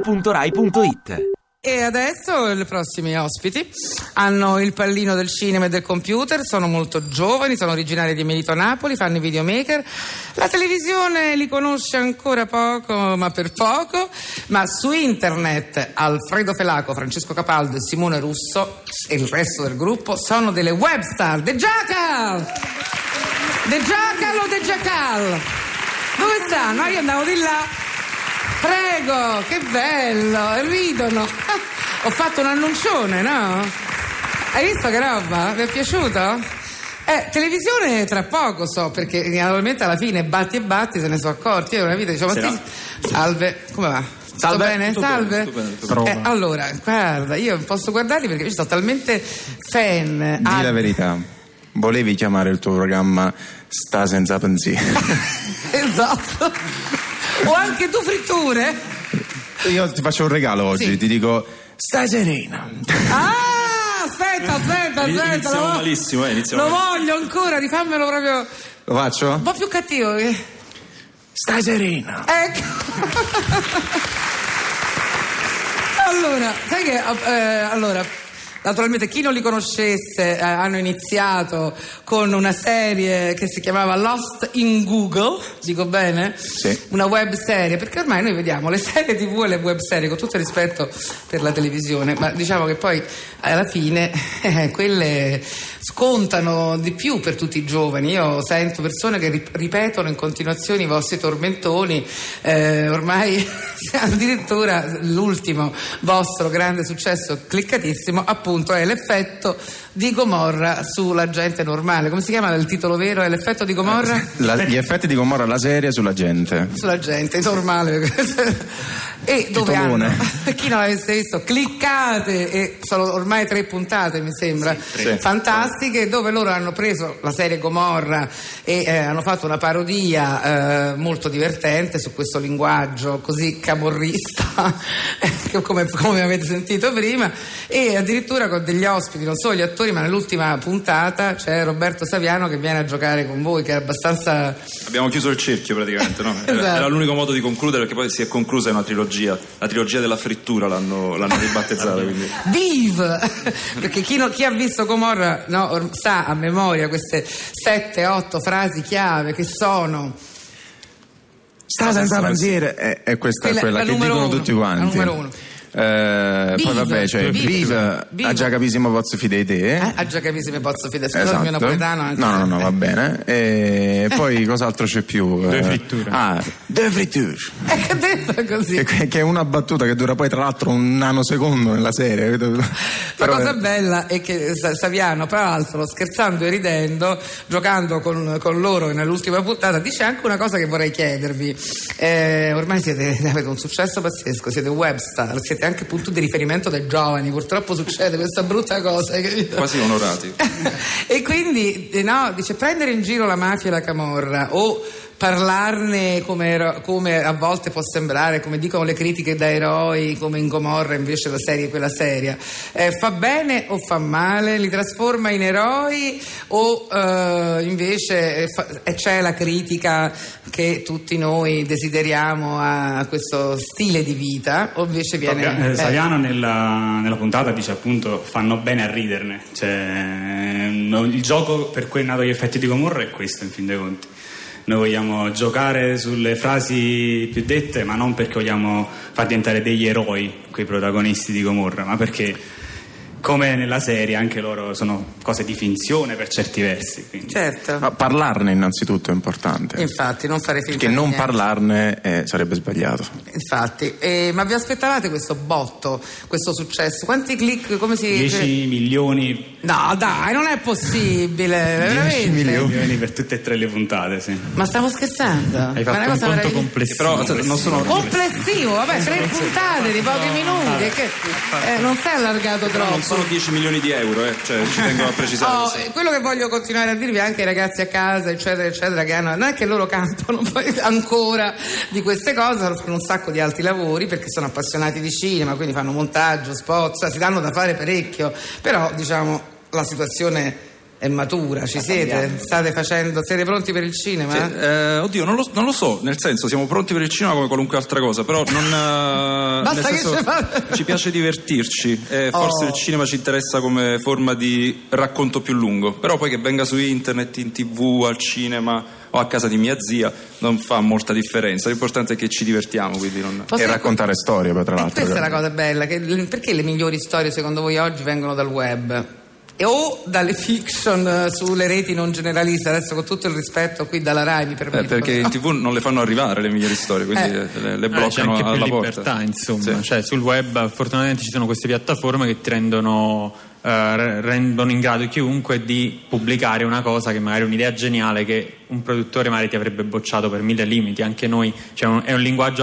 radio2pod.rai.it E adesso i prossimi ospiti hanno il pallino del cinema e del computer, sono molto giovani, sono originari di Melito Napoli, fanno i videomaker. La televisione li conosce ancora poco, ma per poco, ma su internet Alfredo Felaco, Francesco Capaldo e Simone Russo e il resto del gruppo sono delle webstar, The Jackal! The Jackal o The Jackal? Dove stanno? Ah, io andavo di là. Prego, che bello, ridono. Ho fatto un annuncione, no? Hai visto che roba? Vi è piaciuto? Eh, televisione tra poco so, perché naturalmente alla fine batti e batti se ne sono accorti. Io una vita dicevo, ma Sì, sì, salve, come va? Salve, Sto bene? tutto bene, salve. tutto bene, tutto Eh, allora, guarda, io posso guardarli perché io sono talmente fan. Dì Ah, la verità. Volevi chiamare il tuo programma Sta senza pensi. Esatto. o anche tu fritture. Io ti faccio un regalo oggi, Sì. ti dico Stai serena. Ah, aspetta, aspetta, Iniziamo aspetta. lo vo- malissimo, eh, iniziamo Lo voglio ancora, rifammelo proprio un Lo faccio? po' più cattivo. eh. Stai serena. Ecco. allora, sai che eh, allora Naturalmente chi non li conoscesse eh, hanno iniziato con una serie che si chiamava Lost in Google, dico bene? Sì. Una web serie, perché ormai noi vediamo le serie tv e le web serie con tutto il rispetto per la televisione, ma diciamo che poi alla fine eh, quelle scontano di più per tutti i giovani. Io sento persone che rip- ripetono in continuazione i vostri tormentoni, eh, ormai addirittura l'ultimo vostro grande successo cliccatissimo appunto è l'effetto di Gomorra sulla gente normale. Come si chiama il titolo vero? È l'effetto di Gomorra? La- gli effetti di Gomorra la serie sulla gente. sulla gente, è normale. e dove Titolone. hanno? Chi non l'avesse visto, cliccate, e sono ormai tre puntate mi sembra, sì. fantastiche, dove loro hanno preso la serie Gomorra e eh, hanno fatto una parodia eh, molto divertente su questo linguaggio così camorrista, che come, come avete sentito prima, e addirittura con degli ospiti, non solo gli attori, ma nell'ultima puntata c'è Roberto Saviano che viene a giocare con voi, che è abbastanza... Abbiamo chiuso il cerchio praticamente, no? Era, Esatto. era l'unico modo di concludere perché poi si è conclusa in una trilogia. La trilogia della frittura l'hanno, l'hanno ribattezzata, quindi. Vive! Perché chi, no- chi ha visto Comorra no, or- sa a memoria queste 7-8 frasi chiave che sono Sta senza pensiere è, è questa Quella- quella, la che numero dicono uno, tutti la quanti. numero uno. Eh, Viva, poi vabbè, cioè, viva, viva, viva. ha già capissimo pozzo fidei te. eh, ha già capito mi pozzo fidare scusa il Esatto. mio napoletano anche no, no, se- no, va bene. E poi cos'altro c'è più? Due Eh, fritture. Ah, due fritture. Eh, che ha detto così Che, che è una battuta che dura poi tra l'altro un nanosecondo nella serie. La Però- cosa bella è che Sa- Saviano, tra l'altro, scherzando e ridendo, giocando con, con loro nell'ultima puntata, dice anche una cosa che vorrei chiedervi. Eh, ormai siete, avete un successo pazzesco, siete webstar, siete anche punto di riferimento dei giovani, purtroppo succede questa brutta cosa. hai capito? Quasi onorati. eh. e quindi eh, no, dice prendere in giro la mafia e la camorra o parlarne come, ero- come a volte può sembrare, come dicono le critiche da eroi, come in Gomorra invece la serie è quella seria, Eh, fa bene o fa male? Li trasforma in eroi o eh, invece eh, fa- eh, c'è la critica che tutti noi desideriamo a questo stile di vita o invece viene... Sabia- eh, eh, Saviano nella, nella puntata dice appunto fanno bene a riderne, cioè, no, il gioco per cui è nato gli effetti di Comorra è questo in fin dei conti. Noi vogliamo giocare sulle frasi più dette, ma non perché vogliamo far diventare degli eroi quei protagonisti di Comorra, ma perché come nella serie anche loro sono cose di finzione per certi versi. quindi. certo, Ma parlarne innanzitutto è importante. infatti non fare finta perché di non niente. parlarne eh, sarebbe sbagliato. Infatti, eh, ma vi aspettavate questo botto, questo successo? Quanti click, come si... 10 milioni, No, dai, non è possibile, veramente. milioni per tutte e tre le puntate, sì. Ma stiamo scherzando? Hai ma è una cosa meravigli- Che però cioè, non sono. complessivo, vabbè, tre puntate di pochi minuti, che, eh, non si è allargato però non troppo. sono 10 milioni di euro, eh. cioè, ci tengo a precisare. Oh, che eh, quello che voglio continuare a dirvi anche ai ragazzi a casa, eccetera, eccetera, che hanno, non è che loro cantano poi ancora di queste cose, loro fanno un sacco di altri lavori perché sono appassionati di cinema, quindi fanno montaggio, spot, cioè, si danno da fare parecchio, però diciamo la situazione È matura, ci siete? State facendo, siete pronti per il cinema? Sì, eh, oddio, non lo, non lo so, nel senso siamo pronti per il cinema come qualunque altra cosa, però non... eh, Basta nel che senso, ci fa- Ci piace divertirci, eh, forse Oh. il cinema ci interessa come forma di racconto più lungo, però poi che venga su internet, in tv, al cinema o a casa di mia zia non fa molta differenza, l'importante è che ci divertiamo, quindi non... Posso- E raccontare storie, poi, tra Eh, l'altro. questa è la cosa bella, che le- perché le migliori storie secondo voi oggi vengono dal web? E o dalle fiction eh, sulle reti non generaliste, adesso con tutto il rispetto qui dalla RAI mi Eh, permetto. perché in tv non le fanno arrivare le migliori storie, quindi Eh. eh, le, le Ah, c'è bloccano anche più alla libertà, porta. insomma. Sì. Cioè, sul web fortunatamente ci sono queste piattaforme che ti rendono, eh, re- rendono in grado chiunque di pubblicare una cosa che magari è un'idea geniale che un produttore magari ti avrebbe bocciato per mille limiti. Anche noi, cioè, un- è un linguaggio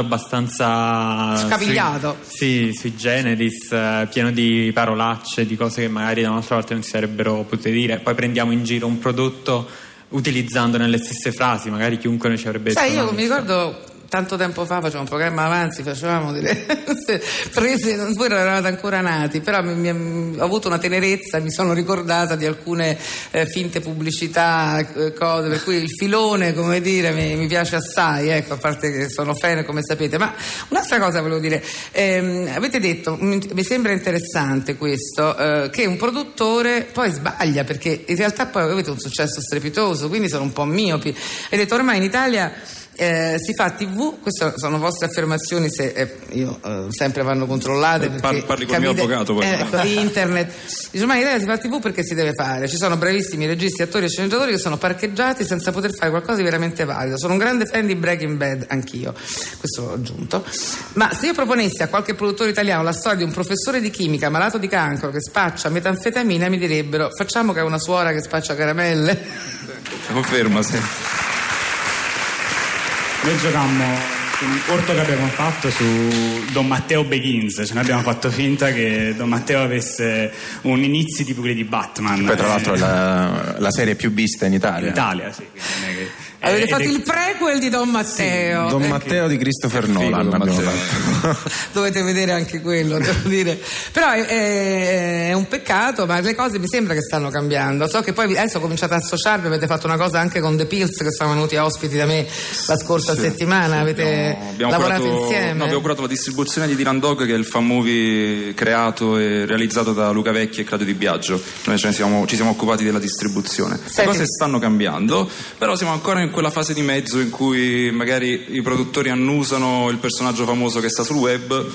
abbastanza Scapigliato. Sui, sì, sui generis, eh, pieno di parolacce, di cose che magari da un'altra parte non si sarebbero potute dire. Poi prendiamo in giro un prodotto utilizzando nelle stesse frasi, magari chiunque ne ci avrebbe Sai, detto, io "No, mi ricordo tanto tempo fa facevo un programma avanti, facevamo delle prese, non- voi non eravate ancora nati, però mi- mi- ho avuto una tenerezza, mi sono ricordata di alcune eh, finte pubblicità, eh, cose, per cui il filone, come dire, mi, mi piace assai, ecco, a parte che sono fan, come sapete. Ma un'altra cosa volevo dire, ehm, avete detto, mi mi sembra interessante questo, eh, che un produttore poi sbaglia, perché in realtà poi avete un successo strepitoso, quindi sono un po' miopi. Avete detto, ormai in Italia... Eh, si fa TV, queste sono vostre affermazioni, se, eh, io, eh, sempre vanno controllate. Eh, Par- perché parli col mio capite- avvocato, poi. Eh, ecco, di internet. Dice, ma in Italia si fa TV perché si deve fare. Ci sono bravissimi registi, attori e sceneggiatori che sono parcheggiati senza poter fare qualcosa di veramente valido. Sono un grande fan di Breaking Bad, anch'io. Questo l'ho aggiunto. Ma se io proponessi a qualche produttore italiano la storia di un professore di chimica malato di cancro che spaccia metanfetamina, mi direbbero facciamo che è una suora che spaccia caramelle. Conferma, sì. Noi giocammo con un corto che abbiamo fatto su Don Matteo Begins, cioè noi abbiamo fatto finta che Don Matteo avesse un inizio tipo quelli di Batman. Poi, tra l'altro, è Eh, la, la serie più vista in Italia. in Italia, sì. quindi non è che- Eh, Avete ed fatto è- il prequel di Don Matteo. Eh, Don Matteo di Christopher Figo, Nolan. Matteo. abbiamo fatto. dovete vedere anche quello devo dire però è- è, è un peccato ma le cose mi sembra che stanno cambiando so che poi vi- adesso cominciate ad associarvi avete fatto una cosa anche con The Pills che sono venuti ospiti da me la scorsa settimana avete Abbiamo- abbiamo lavorato curato- insieme no, abbiamo curato la distribuzione di Dylan Dog, che è il fan movie creato e realizzato da Luca Vecchi e Claudio Di Biagio. Noi ce ne siamo- ci siamo occupati della distribuzione. Le Senti. cose stanno cambiando, però siamo ancora in quella fase di mezzo in cui magari i produttori annusano il personaggio famoso che sta sul web.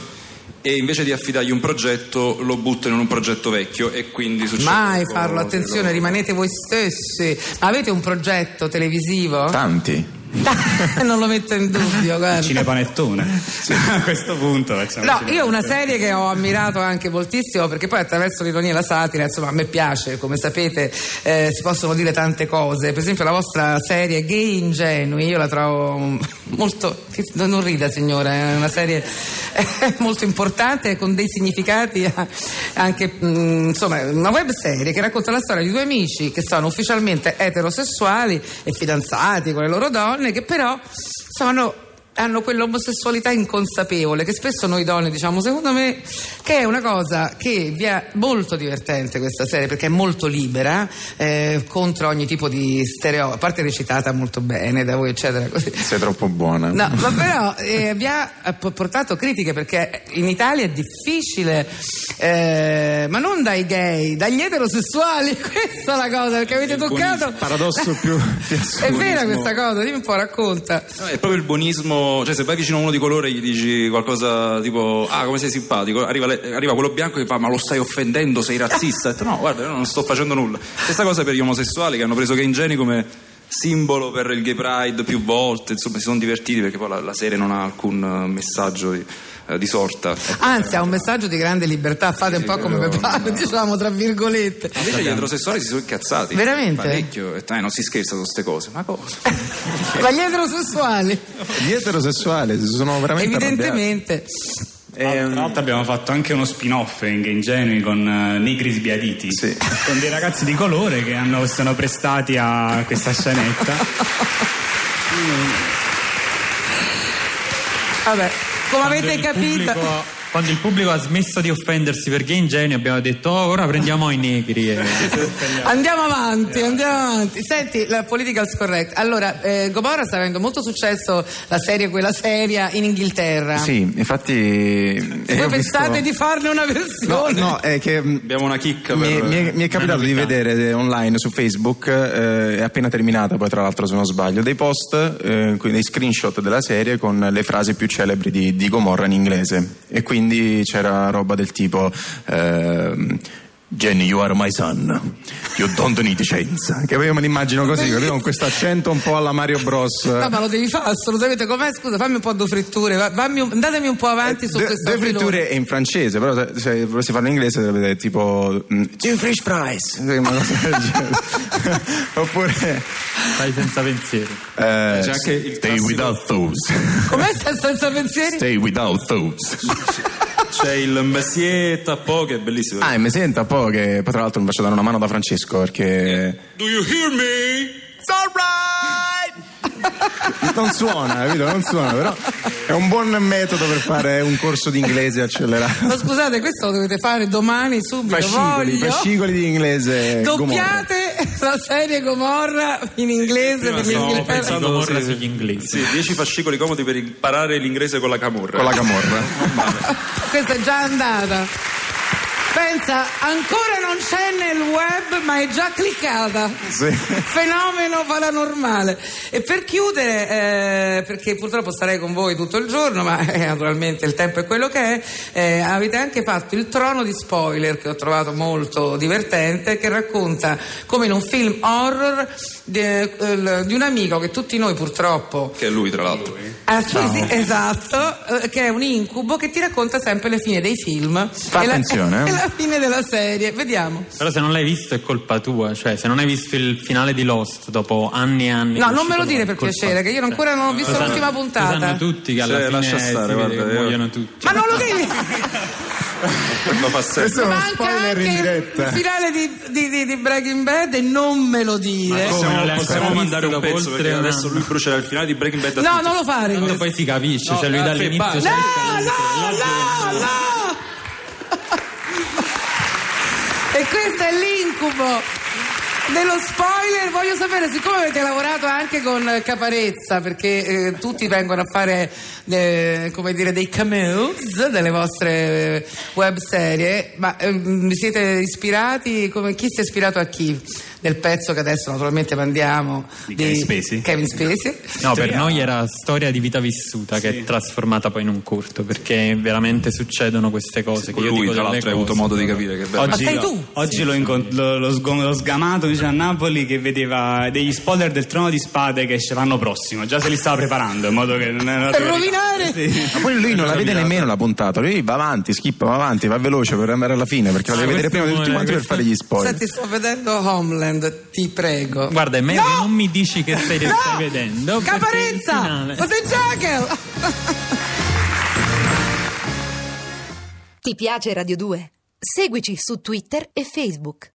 E invece di affidargli un progetto, lo buttano in un progetto vecchio e quindi succede. mai un po' farlo attenzione quello- rimanete voi stessi ma avete un progetto televisivo? Tanti. non lo metto in dubbio guarda Cinepanettone. a questo punto facciamo No, cinepanettone. io una serie che ho ammirato anche moltissimo perché poi attraverso l'ironia e la satira, insomma, a me piace, come sapete, eh, si possono dire tante cose. Per esempio la vostra serie Gay Ingenui, io la trovo mm, molto... che- non non rida signora, è una serie eh, molto importante con dei significati eh, anche... mm, insomma, è una web serie che racconta la storia di due amici che sono ufficialmente eterosessuali e fidanzati con le loro donne, che però sono hanno quell'omosessualità inconsapevole che spesso noi donne diciamo secondo me che è una cosa che vi è molto divertente questa serie perché è molto libera eh, contro ogni tipo di stereotipo a parte recitata molto bene da voi eccetera così Sei troppo buona. No, ma però eh, vi ha eh, po- portato critiche perché in Italia è difficile, eh, ma non dai gay, dagli eterosessuali, questa è la cosa perché avete toccato... buonismo, paradosso più- più È assurdo. vera questa cosa, dimmi un po', racconta. No, è proprio il buonismo, cioè se vai vicino a uno di colore e gli dici qualcosa tipo ah come sei simpatico, arriva, le- arriva quello bianco e fa ma lo stai offendendo, sei razzista, Ho detto, no guarda io non sto facendo nulla. Stessa cosa per gli omosessuali che hanno preso Gay Geni come simbolo per il gay pride più volte, insomma si sono divertiti perché poi la, la serie non ha alcun eh, messaggio di, eh, di sorta. Anzi, ha un messaggio di grande libertà, fate un po' come quello- vi pare, diciamo tra virgolette. Invece gli eterosessuali si sono incazzati. Veramente? Parecchio, e non si scherza su queste cose, ma cosa? Ma gli eterosessuali, Gli eterosessuali si sono veramente evidentemente. Tra Ehm. tra l'altro abbiamo fatto anche uno spin-off in Game Genui con eh, Negri Sbiaditi, Sì. con dei ragazzi di colore che hanno, si sono prestati a questa scenetta. Vabbè, come avete il pubblico capito. Quando il pubblico ha smesso di offendersi perché ingenui abbiamo detto "Oh, ora prendiamo i negri. e- Andiamo avanti, andiamo avanti. Senti, la political scorrect. Allora, eh, Gomorra sta avendo molto successo la serie quella seria in Inghilterra. Sì, infatti... eh, Voi ho visto- pensate di farne una No, versione? no, è che... mm, Abbiamo una chicca Mi, per... mi è, mi è capitato di vedere eh, online su Facebook, eh, è appena terminata poi tra l'altro se non sbaglio, dei post, eh, quindi dei screenshot della serie con le frasi più celebri di, di Gomorra in inglese e quindi c'era roba del tipo ehm, Jenny you are my son, you don't need chance, che io me l'immagino così, capito? con questo accento un po' alla Mario Bros. eh. No, ma lo devi fare assolutamente com'è? Scusa, fammi un po' di fritture, va- fammi un- datemi un po' avanti su Due- questo due filone. Eh, fritture in francese, però se, se volessi farlo in inglese sarebbe tipo mm, two fresh fries, una cosa del genere. cioè, Oppure Stai senza pensieri. eh, C'è anche il stay classico- without thoughts, Com'è sta senza pensieri? stay without thoughts. C'è il Messier Tappo che è bellissimo. Ah, e mi senta po' che poi tra l'altro mi faccio dare una mano da Francesco perché Do you hear me? non suona, capito? Non suona, però è un buon metodo per fare un corso di inglese accelerato. Ma scusate, questo lo dovete fare domani subito. Fascicoli, voglio. fascicoli di inglese. Gomorra. Doppiate la serie Gomorra in inglese Prima per stavamo l'Inghilterra. pensando- Pensando ora sì, sugli inglesi. Sì, 10 fascicoli comodi per imparare l'inglese con la camorra. Con la camorra. Questa è già andata. Pensa, ancora non c'è nel web, ma è già cliccata. Sì. Fenomeno paranormale. E per chiudere, eh, perché purtroppo starei con voi tutto il giorno, ma eh, naturalmente il tempo è quello che è, eh, avete anche fatto il trono di spoiler che ho trovato molto divertente, che racconta come in un film horror de- eh, di un amico che tutti noi purtroppo Che è lui, tra l'altro. Ah, sì, sì, esatto, eh, che è un incubo che ti racconta sempre le fine dei film e la- attenzione, eh. e la fine della serie. Vediamo. Però se non l'hai visto è colpa tua, cioè se non hai visto il finale di Lost dopo anni e anni. No, che è non me lo uscito, dire è per colpa- piacere, che io ancora non ho visto Lo sanno- l'ultima Lo sanno puntata. tutti che alla Sì, fine lascia stare, si vede guarda, che io- muoiono tutti. Ma non lo devi! Lo fa sempre. Questo è uno Manca spoiler in anche diretta. il finale di, di, di- di Breaking Bad e non me lo dire. come? Non Possiamo, l'hai ancora possiamo visto mandare un dopo pezzo oltre perché un adesso anno. lui brucerà il finale di Breaking Bad. a No, tutti. non lo fare. Tanto questo. poi si capisce, No, cioè lui grazie, dall'inizio... basta. c'è il No, cazzo, no, l'altro no, no! E questo è l'incubo dello spoiler. Voglio sapere, siccome avete lavorato anche con Caparezza, perché eh, tutti vengono a fare eh, come dire, dei cameos delle vostre eh, web serie, ma eh, vi siete ispirati, come, chi si è ispirato a chi? Nel pezzo che adesso naturalmente mandiamo Di Kevin Spacey. Kevin Spacey. No, per noi era storia di vita vissuta che è trasformata poi in un corto, perché veramente succedono queste cose. che io Lui, dico tra delle l'altro, hai cose. avuto modo di capire che bello. Ma sei lo- tu? oggi l'ho, incont- lo- lo sgo- l'ho sgamato invece a Napoli che vedeva degli spoiler del Trono di Spade che esce l'anno prossimo. Già se li stava preparando in modo che non era Per rovinare? Sì. Ma poi lui non la vede nemmeno la puntata, lui va avanti, schippa, va avanti, va veloce per andare alla fine, perché la deve Ah, vedere prima questo di tutti quanti muore, per questo- fare gli spoiler. Senti, sto vedendo Homeland, ti prego. Guarda, è meglio No! che non mi dici che stai, che No! stai vedendo. perché il Caparezza! finale- Ma sei Jekyll! Ti piace Radio 2? Seguici su Twitter e Facebook.